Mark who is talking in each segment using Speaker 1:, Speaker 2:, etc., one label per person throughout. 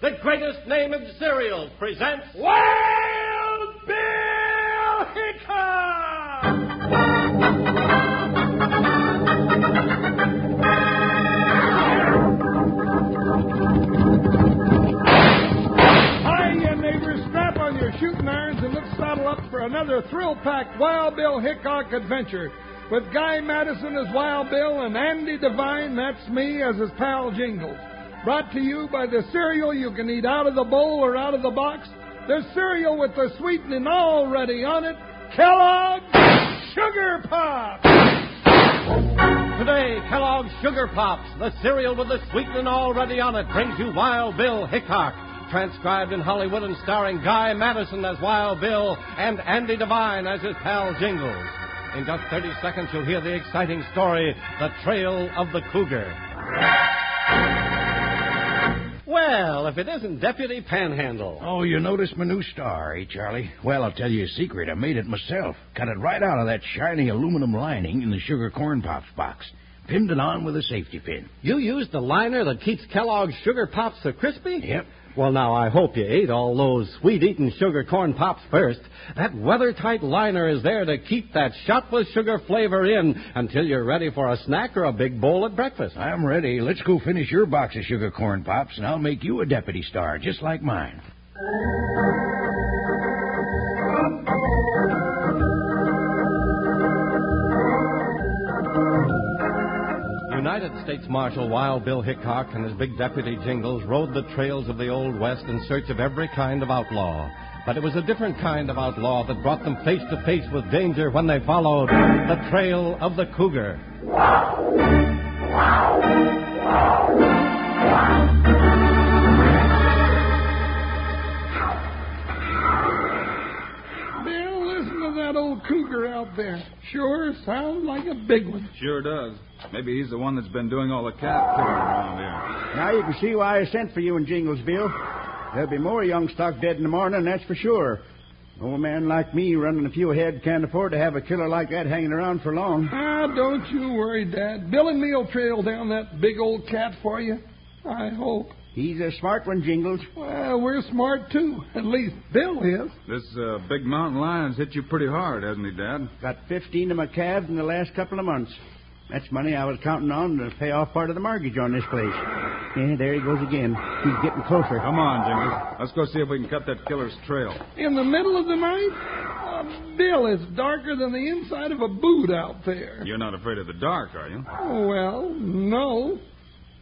Speaker 1: the greatest name in cereal, presents
Speaker 2: Wild Bill Hickok! Hiya, neighbors. Strap on your shooting irons and let's saddle up for another thrill-packed Wild Bill Hickok adventure with Guy Madison as Wild Bill and Andy Devine, that's me, as his pal Jingles. Brought to you by the cereal you can eat out of the bowl or out of the box. The cereal with the sweetening already on it, Kellogg's Sugar Pop.
Speaker 1: today Kellogg's Sugar Pops, the cereal with the sweetening already on it, brings you Wild Bill Hickok. Transcribed in Hollywood and starring Guy Madison as Wild Bill and Andy Devine as his pal Jingles. In just 30 seconds, you'll hear the exciting story The Trail of the Cougar. Well, if it isn't Deputy Panhandle.
Speaker 3: Oh, you noticed my new star, eh, Charlie? Well, I'll tell you a secret. I made it myself. Cut it right out of that shiny aluminum lining in the sugar corn pops box. Pinned it on with a safety pin.
Speaker 1: You used the liner that keeps Kellogg's Sugar Pops so crispy?
Speaker 3: Yep.
Speaker 1: Well, now, I hope you ate all those sweet eating sugar corn pops first. That weather tight liner is there to keep that shot with sugar flavor in until you're ready for a snack or a big bowl at breakfast.
Speaker 3: I'm ready. Let's go finish your box of sugar corn pops, and I'll make you a deputy star, just like mine.
Speaker 1: United States Marshal Wild Bill Hickok and his big deputy Jingles rode the trails of the Old West in search of every kind of outlaw. But it was a different kind of outlaw that brought them face to face with danger when they followed the trail of the cougar.
Speaker 2: Bill, listen to that old cougar out there. Sure sounds like a big one.
Speaker 4: Sure does. Maybe he's the one that's been doing all the cat killing around here.
Speaker 5: Now you can see why I sent for you in Jingles, Bill. There'll be more young stock dead in the morning, that's for sure. An old man like me running a few ahead can't afford to have a killer like that hanging around for long.
Speaker 2: Ah, don't you worry, Dad. Bill and me'll trail down that big old cat for you. I hope.
Speaker 5: He's a smart one, Jingles.
Speaker 2: Well, we're smart too. At least Bill is.
Speaker 4: This uh, big mountain lion's hit you pretty hard, hasn't he, Dad?
Speaker 5: Got 15 of my calves in the last couple of months. That's money I was counting on to pay off part of the mortgage on this place. Yeah, there he goes again. He's getting closer.
Speaker 4: Come on, Jingles. Let's go see if we can cut that killer's trail.
Speaker 2: In the middle of the night? Uh, Bill, it's darker than the inside of a boot out there.
Speaker 4: You're not afraid of the dark, are you?
Speaker 2: Oh, well, no.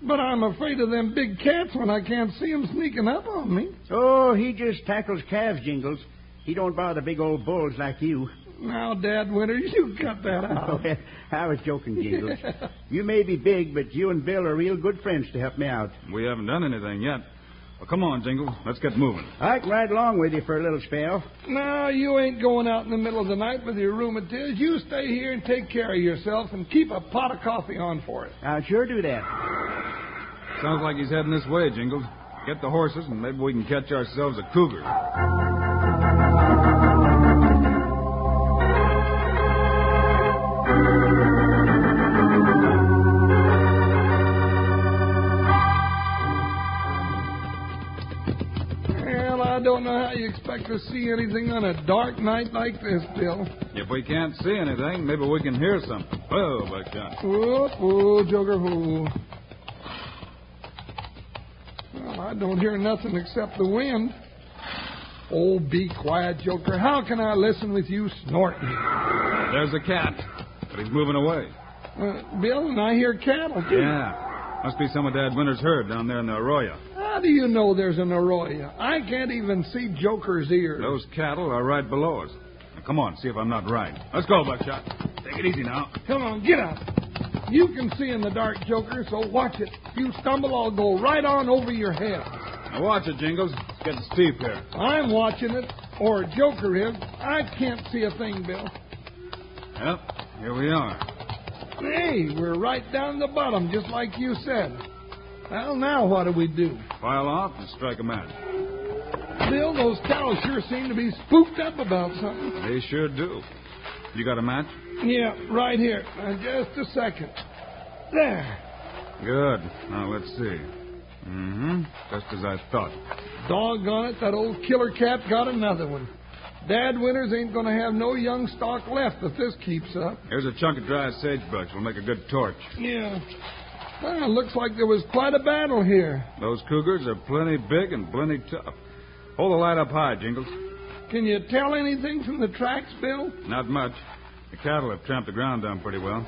Speaker 2: But I'm afraid of them big cats when I can't see 'em sneaking up on me.
Speaker 5: Oh, he just tackles calves, Jingles. He don't bother big old bulls like you.
Speaker 2: Now, Dad Winter, you cut that
Speaker 5: Oh,
Speaker 2: out.
Speaker 5: I was joking, Jingles. you may be big, but you and Bill are real good friends to help me out.
Speaker 4: We haven't done anything yet. Well, come on, Jingles. Let's get moving.
Speaker 5: I can ride along with you for a little spell.
Speaker 2: No, you ain't going out in the middle of the night with your rheumatiz. You stay here and take care of yourself and keep a pot of coffee on for it.
Speaker 5: I'll sure do that.
Speaker 4: Sounds like he's heading this way, Jingles. Get the horses, and maybe we can catch ourselves a cougar.
Speaker 2: Well, I don't know how you expect to see anything on a dark night like this, Bill.
Speaker 4: If we can't see anything, maybe we can hear something. Oh, Whoa, Buckshot.
Speaker 2: Whoop, whoop, Joker, whoo. Well, I don't hear nothing except the wind. Oh, be quiet, Joker. How can I listen with you snorting?
Speaker 4: There's a cat, but he's moving away.
Speaker 2: Uh, Bill, and I hear cattle. too.
Speaker 4: Yeah. Must be some of Dad Winter's herd down there in the arroyo.
Speaker 2: How do you know there's an arroyo? I can't even see Joker's ears.
Speaker 4: Those cattle are right below us. Now, come on, see if I'm not right. Let's go, Buckshot. Take it easy now.
Speaker 2: Come on, get up. You can see in the dark, Joker, so watch it. If you stumble, I'll go right on over your head.
Speaker 4: Now watch it, Jingles. It's getting steep here.
Speaker 2: I'm watching it, or Joker is. I can't see a thing, Bill.
Speaker 4: Yep, here we are.
Speaker 2: Hey, we're right down the bottom, just like you said. Well, now what do we do?
Speaker 4: File off and strike a match.
Speaker 2: Bill, those cows sure seem to be spooked up about something.
Speaker 4: They sure do. You got a match?
Speaker 2: Yeah, right here. Now, just a second. There.
Speaker 4: Good. Now let's see. Mm-hmm. Just as I thought.
Speaker 2: Doggone it, that old killer cat got another one. Dad Winters ain't going to have no young stock left if this keeps up.
Speaker 4: Here's a chunk of dry sagebrush. We'll make a good torch.
Speaker 2: Yeah. Well, looks like there was quite a battle here.
Speaker 4: Those cougars are plenty big and plenty tough. Hold the light up high, Jingles.
Speaker 2: Can you tell anything from the tracks, Bill?
Speaker 4: Not much. The cattle have tramped the ground down pretty well.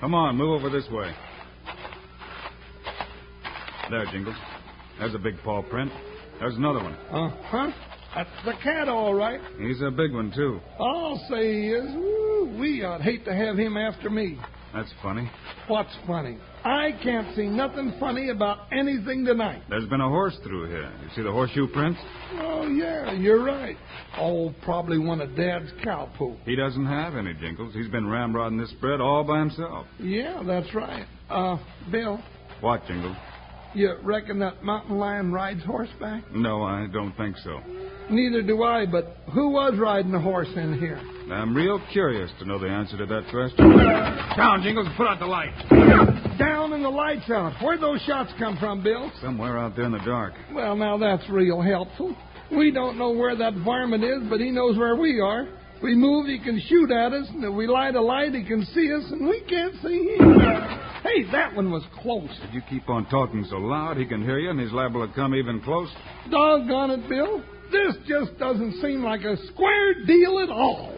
Speaker 4: Come on, move over this way. There, Jingles. There's a big paw print. There's another one.
Speaker 2: Uh huh. That's the cat, all right.
Speaker 4: He's a big one, too.
Speaker 2: I'll say he is. Woo-wee, I'd hate to have him after me.
Speaker 4: That's funny.
Speaker 2: What's funny? I can't see nothing funny about anything tonight.
Speaker 4: There's been a horse through here. You see the horseshoe prints?
Speaker 2: Oh, yeah, you're right. Oh, probably one of Dad's cow poop.
Speaker 4: He doesn't have any, Jingles. He's been ramrodding this spread all by himself.
Speaker 2: Yeah, that's right. Uh, Bill,
Speaker 4: What, Jingles?
Speaker 2: you reckon that mountain lion rides horseback?
Speaker 4: No, I don't think so.
Speaker 2: Neither do I, but who was riding the horse in here?
Speaker 4: I'm real curious to know the answer to that question. Down, Jingles, put out the light.
Speaker 2: Down and the lights out. Where'd those shots come from, Bill?
Speaker 4: Somewhere out there in the dark.
Speaker 2: Well, now that's real helpful. We don't know where that varmint is, but he knows where we are. We move, he can shoot at us, and if we light a light, he can see us, and we can't see him. Hey, that one was close.
Speaker 4: If you keep on talking so loud, he can hear you, and he's liable to come even close.
Speaker 2: Doggone it, Bill. This just doesn't seem like a square deal at all.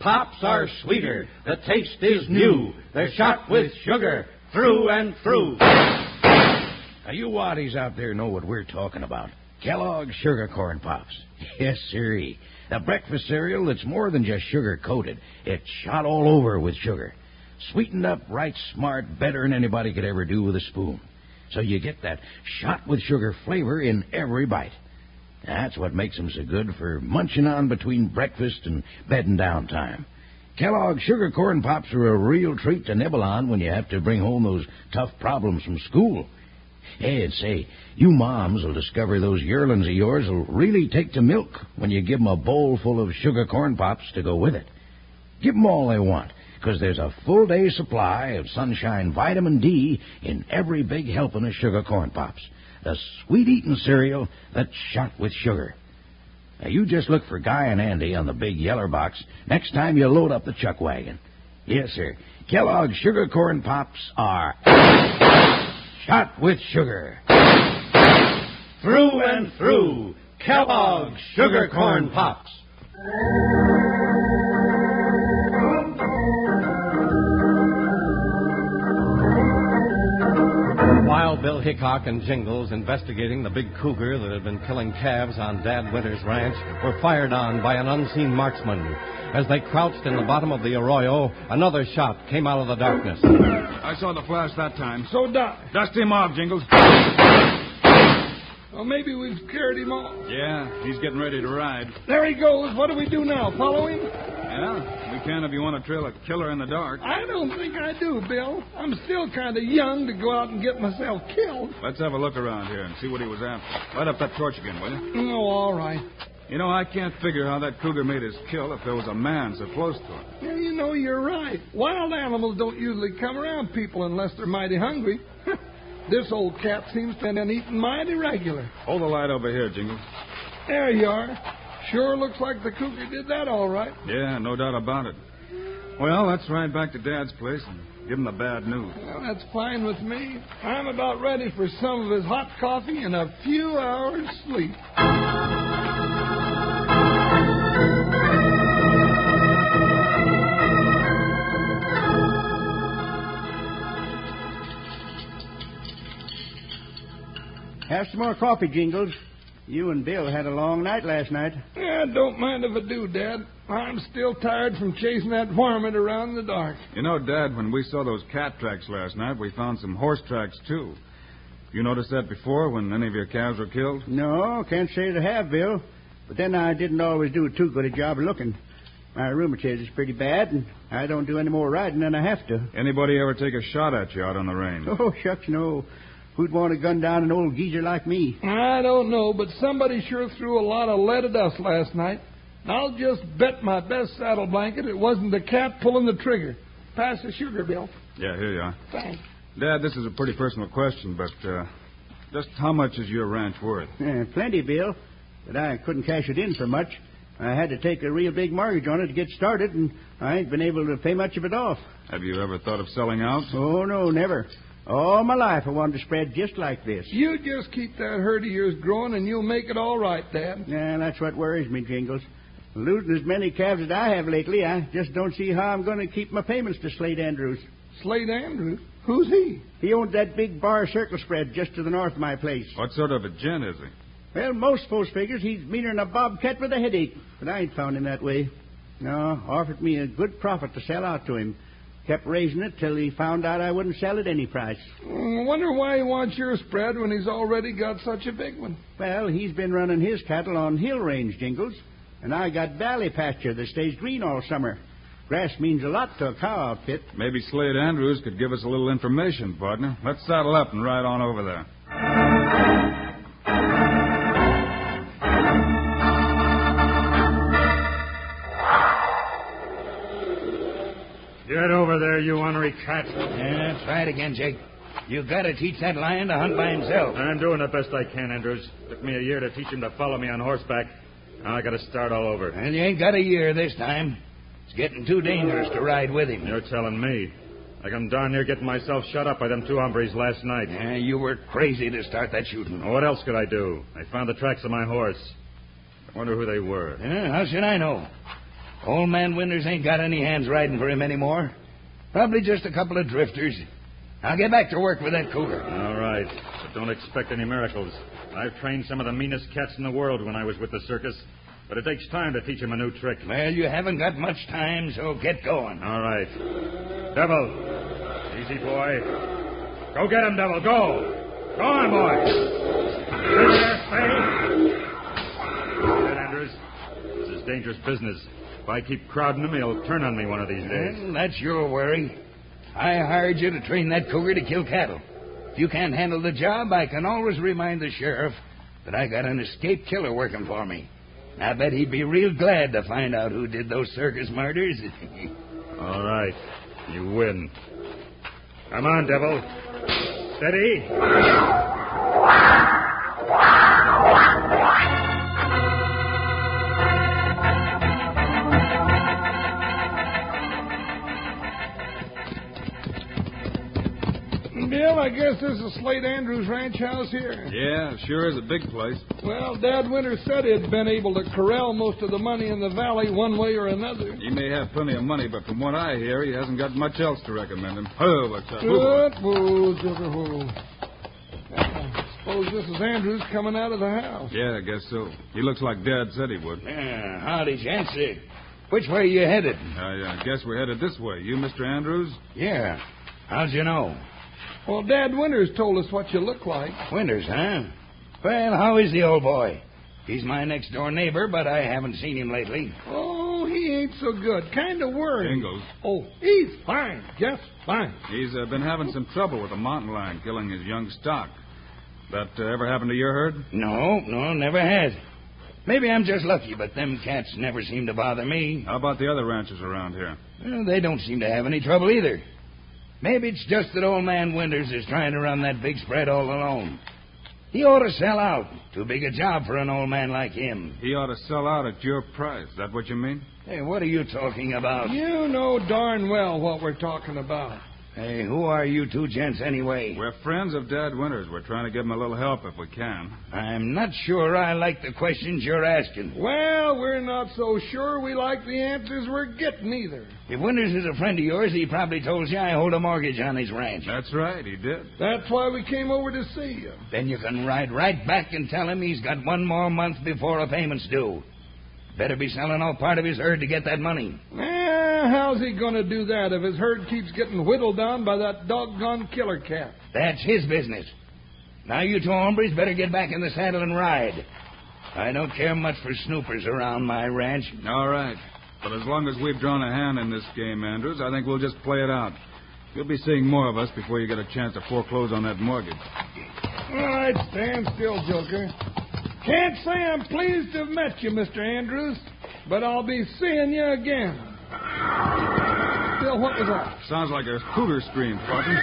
Speaker 1: Pops are sweeter. The taste is new. They're shot with sugar through and through.
Speaker 5: Now, you waddies out there know what we're talking about. Kellogg's Sugar Corn Pops. Yes, sirree. A breakfast cereal that's more than just sugar coated. It's shot all over with sugar. Sweetened up right smart, better than anybody could ever do with a spoon. So you get that shot with sugar flavor in every bite. That's what makes them so good for munching on between breakfast and bedding down time. Kellogg's Sugar Corn Pops are a real treat to nibble on when you have to bring home those tough problems from school. Hey, and say, you moms will discover those yearlings of yours will really take to milk when you give 'em a bowl full of sugar corn pops to go with it. Give 'em all they want, 'cause there's a full day supply of sunshine vitamin D in every big helping of sugar corn pops. A sweet eating cereal that's shot with sugar. Now, you just look for Guy and Andy on the big yeller box next time you load up the chuck wagon. Yes, sir. Kellogg's sugar corn pops are shot with sugar.
Speaker 1: Through and through. Kellogg's Sugar Corn Pops. While Bill Hickok and Jingles investigating the big cougar that had been killing calves on Dad Winter's ranch were fired on by an unseen marksman. As they crouched in the bottom of the arroyo, another shot came out of the darkness.
Speaker 4: I saw the flash that time.
Speaker 2: So die.
Speaker 4: Dust him off, Jingles.
Speaker 2: Well, maybe we've scared him off.
Speaker 4: Yeah, he's getting ready to ride.
Speaker 2: There he goes. What do we do now? Follow him?
Speaker 4: Yeah, uh, we can if you want to trail a killer in the dark.
Speaker 2: I don't think I do, Bill. I'm still kind of young to go out and get myself killed.
Speaker 4: Let's have a look around here and see what he was after. Light up that torch again, will you?
Speaker 2: Oh, all right.
Speaker 4: You know, I can't figure how that cougar made his kill if there was a man so close to him.
Speaker 2: Yeah, you know, you're right. Wild animals don't usually come around people unless they're mighty hungry. this old cat seems to have been eating mighty regular.
Speaker 4: Hold the light over here, Jingles.
Speaker 2: There you are. Sure looks like the cougar did that all right.
Speaker 4: Yeah, no doubt about it. Well, let's ride back to Dad's place and give him the bad news.
Speaker 2: Well, that's fine with me. I'm about ready for some of his hot coffee and a few hours sleep.
Speaker 6: Have some more coffee, Jingles. You and Bill had a long night last night.
Speaker 2: Yeah, don't mind if I do, Dad. I'm still tired from chasing that varmint around in the dark.
Speaker 4: You know, Dad, when we saw those cat tracks last night, we found some horse tracks, too. You noticed that before when any of your calves were killed?
Speaker 6: No, can't say that I have, Bill. But then I didn't always do too good a job of looking. My rheumatism is pretty bad, and I don't do any more riding than I have to.
Speaker 4: Anybody ever take a shot at you out on the range?
Speaker 6: Oh, shucks, no.
Speaker 5: Who'd want to gun down an old geezer like me?
Speaker 2: I don't know, but somebody sure threw a lot of lead at us last night. And I'll just bet my best saddle blanket it wasn't the cat pulling the trigger. Pass the sugar, Bill.
Speaker 4: Yeah, here you are.
Speaker 2: Thanks.
Speaker 4: Dad, this is a pretty personal question, but uh, just how much is your ranch worth?
Speaker 5: Eh, plenty, Bill, but I couldn't cash it in for much. I had to take a real big mortgage on it to get started, and I ain't been able to pay much of it off.
Speaker 4: Have you ever thought of selling out?
Speaker 5: Oh, no, never. All my life I wanted to spread just like this.
Speaker 2: You just keep that herd of yours growing and you'll make it all right, Dad.
Speaker 5: Yeah, that's what worries me, Jingles. Losing as many calves as I have lately, I just don't see how I'm going to keep my payments to Slade Andrews.
Speaker 2: Slade Andrews, who's he?
Speaker 5: He owned that big bar circle spread just to the north of my place.
Speaker 4: What sort of a gent is he?
Speaker 5: Well, most folks figures he's meaner than a bobcat with a headache, but I ain't found him that way. No, offered me a good profit to sell out to him. Kept raising it till he found out I wouldn't sell at any price.
Speaker 2: Mm, Wonder why he wants your spread when he's already got such a big one.
Speaker 5: Well, he's been running his cattle on hill range, Jingles, and I got valley pasture that stays green all summer. Grass means a lot to a cow outfit.
Speaker 4: Maybe Slade Andrews could give us a little information, partner. Let's saddle up and ride on over there.
Speaker 7: Get over there, you ornery cat.
Speaker 3: Yeah, that's right again, Jake. You gotta teach that lion to hunt by himself.
Speaker 7: I'm doing the best I can, Andrews. Took me a year to teach him to follow me on horseback. Now I gotta start all over.
Speaker 3: And you ain't got a year this time. It's getting too dangerous to ride with him.
Speaker 7: You're telling me. Like I'm darn near getting myself shut up by them two hombres last night.
Speaker 3: Yeah, you were crazy to start that shooting.
Speaker 7: What else could I do? I found the tracks of my horse. I wonder who they were.
Speaker 3: Yeah, how should I know? Old man Winters ain't got any hands riding for him anymore. Probably just a couple of drifters. I'll get back to work with that cougar.
Speaker 7: All right, but don't expect any miracles. I've trained some of the meanest cats in the world when I was with the circus, but it takes time to teach 'em a new trick.
Speaker 3: Well, you haven't got much time, so get going.
Speaker 7: All right. Devil. Easy, boy. Go get him, Devil. Go. Go on, boy. Through there, Spade. Go ahead, Andrews. This is dangerous business. If I keep crowding him, he'll turn on me one of these days.
Speaker 3: Well, that's your worry. I hired you to train that cougar to kill cattle. If you can't handle the job, I can always remind the sheriff that I got an escaped killer working for me. And I bet he'd be real glad to find out who did those circus murders.
Speaker 7: All right. You win. Come on, Devil. Steady.
Speaker 2: Bill, I guess this is Slade Andrews' ranch house here.
Speaker 4: Yeah, sure is a big place.
Speaker 2: Well, Dad Winter said he'd been able to corral most of the money in the valley one way or another.
Speaker 4: He may have plenty of money, but from what I hear, he hasn't got much else to recommend him. Oh, what's up?
Speaker 2: Good bull, jigger hole. I suppose this is Andrews coming out of the house.
Speaker 4: Yeah, I guess so. He looks like Dad said he would.
Speaker 3: yeah, howdy, Chancy. Which way are you headed?
Speaker 4: I uh, guess we're headed this way. You, Mr. Andrews?
Speaker 3: Yeah. How'd you know?
Speaker 2: Well, Dad Winters told us what you look like.
Speaker 3: Winters, huh? Well, how is the old boy? He's my next door neighbor, but I haven't seen him lately.
Speaker 2: Oh, he ain't so good. Kind of worried.
Speaker 4: Jingles.
Speaker 2: Oh, he's fine. Just fine.
Speaker 4: He's uh, been having some trouble with a mountain lion killing his young stock. That uh, ever happened to your herd?
Speaker 3: No, no, never has. Maybe I'm just lucky, but them cats never seem to bother me.
Speaker 4: How about the other ranches around here?
Speaker 3: Well, they don't seem to have any trouble either. Maybe it's just that old man Winters is trying to run that big spread all alone. He ought to sell out. Too big a job for an old man like him.
Speaker 4: He ought to sell out at your price. Is that what you mean?
Speaker 3: Hey, what are you talking about?
Speaker 2: You know darn well what we're talking about.
Speaker 3: Hey, who are you two gents anyway?
Speaker 4: We're friends of Dad Winters. We're trying to give him a little help if we can.
Speaker 3: I'm not sure I like the questions you're asking.
Speaker 2: Well, we're not so sure we like the answers we're getting either.
Speaker 3: If Winters is a friend of yours, he probably told you I hold a mortgage on his ranch.
Speaker 4: That's right, he did.
Speaker 2: That's why we came over to see you.
Speaker 3: Then you can ride right back and tell him he's got one more month before a payment's due. Better be selling off part of his herd to get that money.
Speaker 2: Eh, how's he going to do that if his herd keeps getting whittled down by that doggone killer cat?
Speaker 3: That's his business. Now you two hombres better get back in the saddle and ride. I don't care much for snoopers around my ranch.
Speaker 4: All right. But as long as we've drawn a hand in this game, Andrews, I think we'll just play it out. You'll be seeing more of us before you get a chance to foreclose on that mortgage.
Speaker 2: All right, stand still, Joker. Can't say I'm pleased to have met you, Mr. Andrews, but I'll be seeing you again. Bill, what was that?
Speaker 4: Sounds like a cougar scream, Sergeant.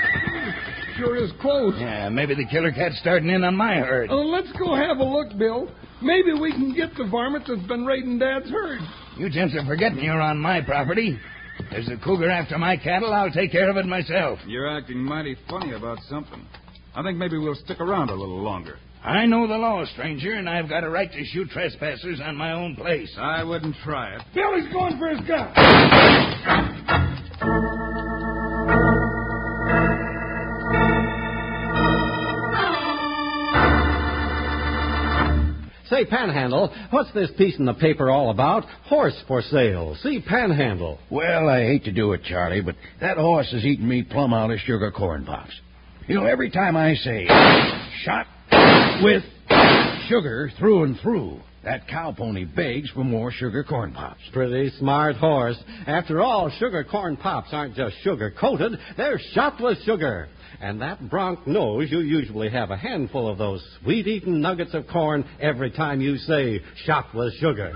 Speaker 2: Sure is close.
Speaker 3: Yeah, maybe the killer cat's starting in on my herd.
Speaker 2: Uh, let's go have a look, Bill. Maybe we can get the varmint that's been raiding Dad's herd.
Speaker 3: You gents are forgetting you're on my property. There's a cougar after my cattle. I'll take care of it myself.
Speaker 4: You're acting mighty funny about something. I think maybe we'll stick around a little longer.
Speaker 3: I know the law, stranger, and I've got a right to shoot trespassers on my own place.
Speaker 4: I wouldn't try it.
Speaker 2: Bill, he's going for his gun.
Speaker 1: Say, Panhandle, what's this piece in the paper all about? Horse for sale. See Panhandle.
Speaker 3: Well, I hate to do it, Charlie, but that horse has eaten me plumb out of sugar corn pops. You know, every time I say shot with sugar through and through, that cow pony begs for more sugar corn pops.
Speaker 1: Pretty smart horse. After all, sugar corn pops aren't just sugar coated, they're shot with sugar. And that bronc knows you usually have a handful of those sweet eating nuggets of corn every time you say shot with sugar.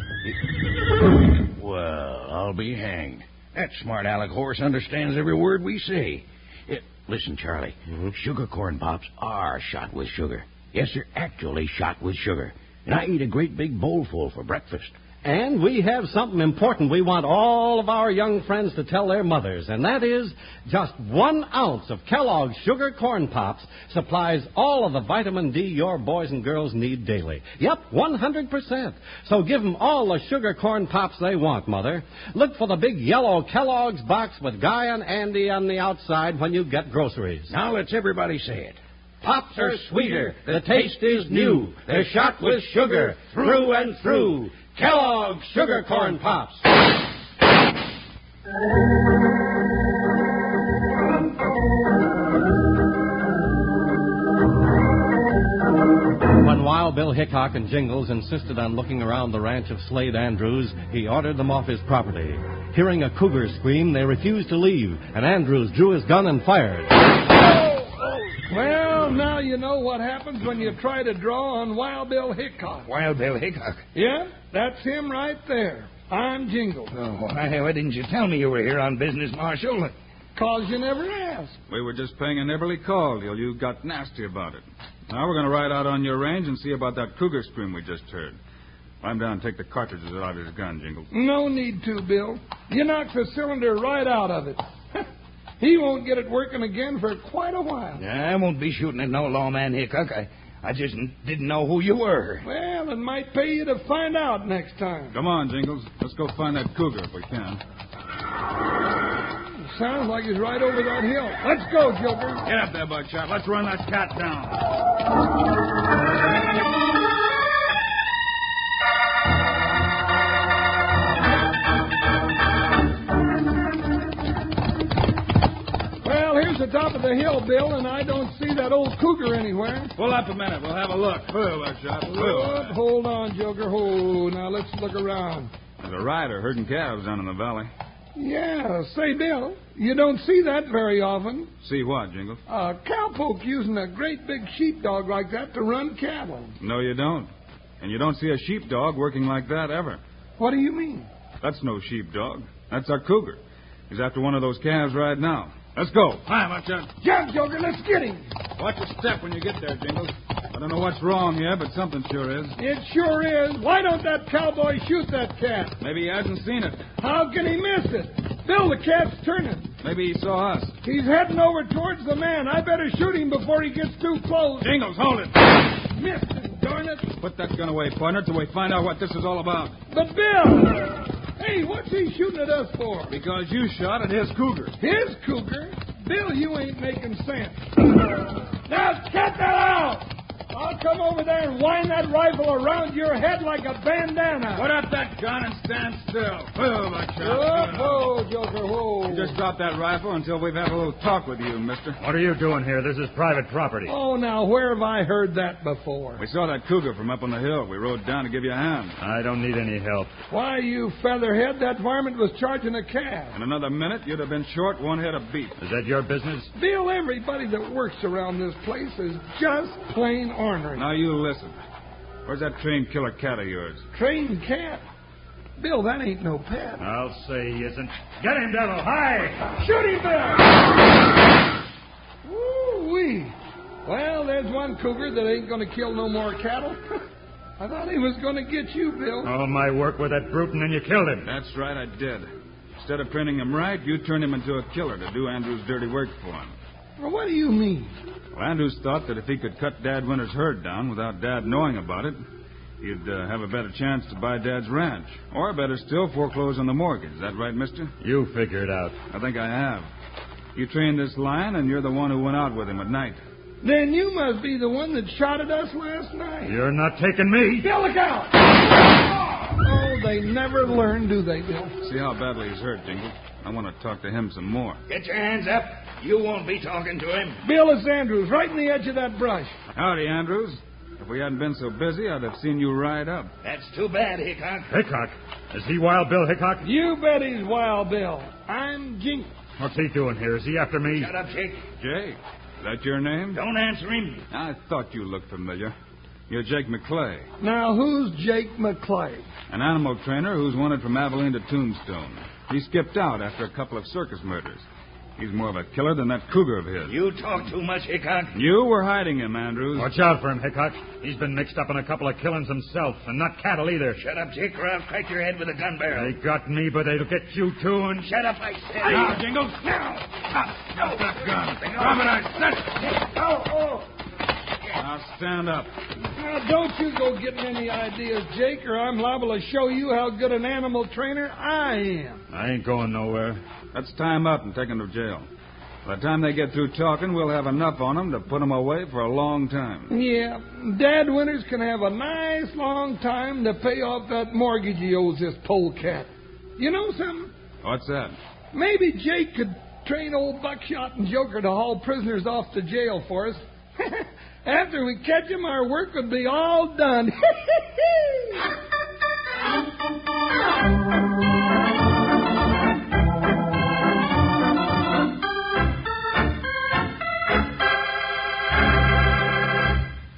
Speaker 3: Well, I'll be hanged. That smart aleck horse understands every word we say. It, listen, Charlie, sugar corn pops are shot with sugar. Yes, they're actually shot with sugar. And I eat a great big bowlful for breakfast.
Speaker 1: And we have something important we want all of our young friends to tell their mothers, and that is just one ounce of Kellogg's Sugar Corn Pops supplies all of the vitamin D your boys and girls need daily. Yep, 100%. So give them all the Sugar Corn Pops they want, Mother. Look for the big yellow Kellogg's box with Guy and Andy on the outside when you get groceries.
Speaker 3: Now let's everybody say it.
Speaker 1: Pops are sweeter. The taste is new. They're shot with sugar through and through. Kellogg's Sugar Corn Pops. When Wild Bill Hickok and Jingles insisted on looking around the ranch of Slade Andrews, he ordered them off his property. Hearing a cougar scream, they refused to leave, and Andrews drew his gun and fired.
Speaker 2: Well, now you know what happens when you try to draw on Wild Bill Hickok.
Speaker 3: Wild Bill Hickok.
Speaker 2: Yeah, that's him right there. I'm Jingle.
Speaker 3: Oh, why, why didn't you tell me you were here on business, Marshal?
Speaker 2: Cause you never asked.
Speaker 4: We were just paying an everly call till you got nasty about it. Now we're going to ride out on your range and see about that cougar scream we just heard. Climb down and take the cartridges out of his gun, Jingle.
Speaker 2: No need to, Bill. You knocked the cylinder right out of it. he won't get it working again for quite a while.
Speaker 3: I won't be shooting at no lawman, Hickok. I, I just n- didn't know who you were.
Speaker 2: Well, it might pay you to find out next time.
Speaker 4: Come on, Jingles. Let's go find that cougar if we can.
Speaker 2: Sounds like he's right over that hill. Let's go, Joker.
Speaker 4: Get up there, Buckshot. Let's run that cat down.
Speaker 2: Well, here's the top of the hill, Bill, and I don't see that old cougar anywhere.
Speaker 4: Pull up a minute. We'll have a look. Pull, Buckshot.
Speaker 2: Hold, hold on, Joker. Hold. Now let's look around.
Speaker 4: There's a rider herding calves down in the valley.
Speaker 2: Yeah, say, Bill, you don't see that very often.
Speaker 4: See what, Jingles?
Speaker 2: A cowpoke using a great big sheepdog like that to run cattle.
Speaker 4: No, you don't. And you don't see a sheepdog working like that ever.
Speaker 2: What do you mean?
Speaker 4: That's no sheepdog. That's our cougar. He's after one of those calves right now. Let's go. Hi, Buckshot.
Speaker 2: Jump, Joker. Let's get him.
Speaker 4: Watch your step when you get there, Jingles. I don't know what's wrong here, but something sure is.
Speaker 2: It sure is. Why don't that cowboy shoot that cat?
Speaker 4: Maybe he hasn't seen it.
Speaker 2: How can he miss it? Bill, the cat's turning.
Speaker 4: Maybe he saw us.
Speaker 2: He's heading over towards the man. I better shoot him before he gets too close.
Speaker 4: Jingles, hold it.
Speaker 2: Missed it, darn it.
Speaker 4: Put that gun away, partner, till we find out what this is all about.
Speaker 2: But, Bill! Hey, what's he shooting at us for?
Speaker 4: Because you shot at his cougar.
Speaker 2: His cougar? Bill, you ain't making sense. Now, cut that out! I'll come over there and wind that rifle around your head like a bandana.
Speaker 4: Put up that gun and stand still. Whoa, my
Speaker 2: Whoa,
Speaker 4: child.
Speaker 2: whoa, Joker, whoa.
Speaker 4: Just drop that rifle until we've had a little talk with you, mister.
Speaker 7: What are you doing here? This is private property.
Speaker 2: Oh, now, where have I heard that before?
Speaker 4: We saw that cougar from up on the hill. We rode down to give you a hand.
Speaker 7: I don't need any help.
Speaker 2: Why, you featherhead, that varmint was charging a cab.
Speaker 4: In another minute, you'd have been short one head of beef.
Speaker 7: Is that your business?
Speaker 2: Bill, everybody that works around this place is just plain ornery.
Speaker 4: Now you listen. Where's that trained killer cat of yours?
Speaker 2: Trained cat. Bill, that ain't no pet.
Speaker 7: I'll say he isn't. Get him, devil! Hi!
Speaker 2: Shoot him, Bill! Woo-wee. Well, there's one cougar that ain't going to kill no more cattle. I thought he was going to get you, Bill.
Speaker 7: All my work with that brute, and then you killed him.
Speaker 4: That's right, I did. Instead of training him right, you turned him into a killer to do Andrews' dirty work for him.
Speaker 2: Well, what do you mean?
Speaker 4: Well, Andrews thought that if he could cut Dad Winter's herd down without Dad knowing about it, he'd uh, have a better chance to buy Dad's ranch. Or better still, foreclose on the mortgage. Is that right, mister?
Speaker 7: You figure it out.
Speaker 4: I think I have. You trained this lion, and you're the one who went out with him at night.
Speaker 2: Then you must be the one that shot at us last night.
Speaker 7: You're not taking me.
Speaker 2: Bill, look out! Oh, they never learn, do they, Bill?
Speaker 4: See how badly he's hurt, Jingle. I want to talk to him some more.
Speaker 3: Get your hands up. You won't be talking to him.
Speaker 2: Bill, it's Andrews, right in the edge of that brush.
Speaker 4: Howdy, Andrews. If we hadn't been so busy, I'd have seen you ride up.
Speaker 3: That's too bad, Hickok.
Speaker 7: Hickok. Is he Wild Bill Hickok?
Speaker 2: You bet he's wild, Bill. I'm Jink.
Speaker 7: What's he doing here? Is he after me?
Speaker 3: Shut up, Jake.
Speaker 4: Jake, is that your name?
Speaker 3: Don't answer him.
Speaker 4: I thought you looked familiar. You're Jake McClay,
Speaker 2: Now, who's Jake McClay?
Speaker 4: an animal trainer who's wanted from Abilene to Tombstone. He skipped out after a couple of circus murders. He's more of a killer than that cougar of his.
Speaker 3: You talk too much, Hickok.
Speaker 4: You were hiding him, Andrews.
Speaker 7: Watch out for him, Hickok. He's been mixed up in a couple of killings himself, and not cattle either.
Speaker 3: Shut up, Jake, or I'll crack your head with a gun barrel.
Speaker 7: They got me, but they'll get you too, and
Speaker 3: Shut up, I said.
Speaker 4: Now, Jingles, now! Stop that gun! Drop it, I said!
Speaker 2: Oh, oh.
Speaker 4: Now stand up.
Speaker 2: Now, don't you go getting any ideas, Jake, or I'm liable to show you how good an animal trainer I am.
Speaker 7: I ain't going nowhere.
Speaker 4: Let's tie him up and take him to jail. By the time they get through talking, we'll have enough on him to put him away for a long time.
Speaker 2: Yeah, Dad Winters can have a nice long time to pay off that mortgage he owes this polecat. You know something?
Speaker 4: What's that?
Speaker 2: Maybe Jake could train old Buckshot and Joker to haul prisoners off to jail for us. After we catch 'em, our work would be all done.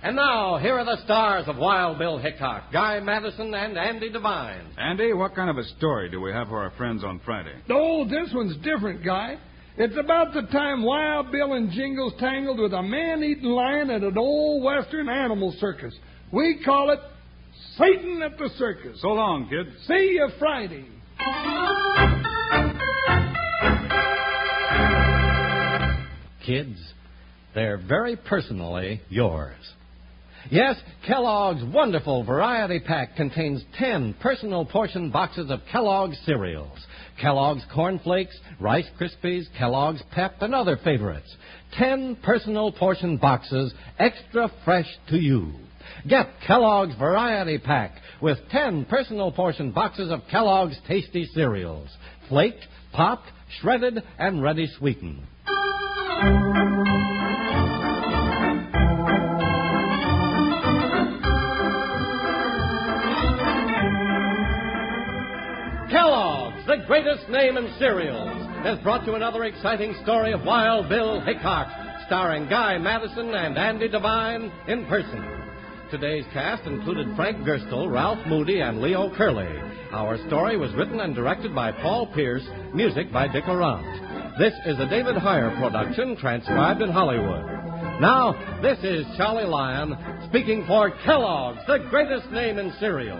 Speaker 1: And now, here are the stars of Wild Bill Hickok, Guy Madison, and Andy Devine.
Speaker 4: Andy, what kind of a story do we have for our friends on Friday?
Speaker 2: oh, this one's different, guy. It's about the time Wild Bill and Jingles tangled with a man-eating lion at an old western animal circus. We call it Satan at the Circus.
Speaker 4: So long, kids.
Speaker 2: See you Friday.
Speaker 1: Kids, they're very personally yours. Yes, Kellogg's wonderful variety pack contains 10 personal portion boxes of Kellogg's cereals. Kellogg's Corn Flakes, Rice Krispies, Kellogg's Pep, and other favorites. 10 personal portion boxes extra fresh to you. Get Kellogg's Variety Pack with 10 personal portion boxes of Kellogg's tasty cereals. Flaked, popped, shredded, and ready sweetened. Kellogg's, the greatest name in cereals, has brought you another exciting story of Wild Bill Hickok, starring Guy Madison and Andy Devine in person. Today's cast included Frank Gerstle, Ralph Moody, and Leo Curley. Our story was written and directed by Paul Pierce, music by Dick Laurent. This is a David Heyer production transcribed in Hollywood. Now, this is Charlie Lyon speaking for Kellogg's, the greatest name in cereals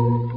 Speaker 2: Hickok!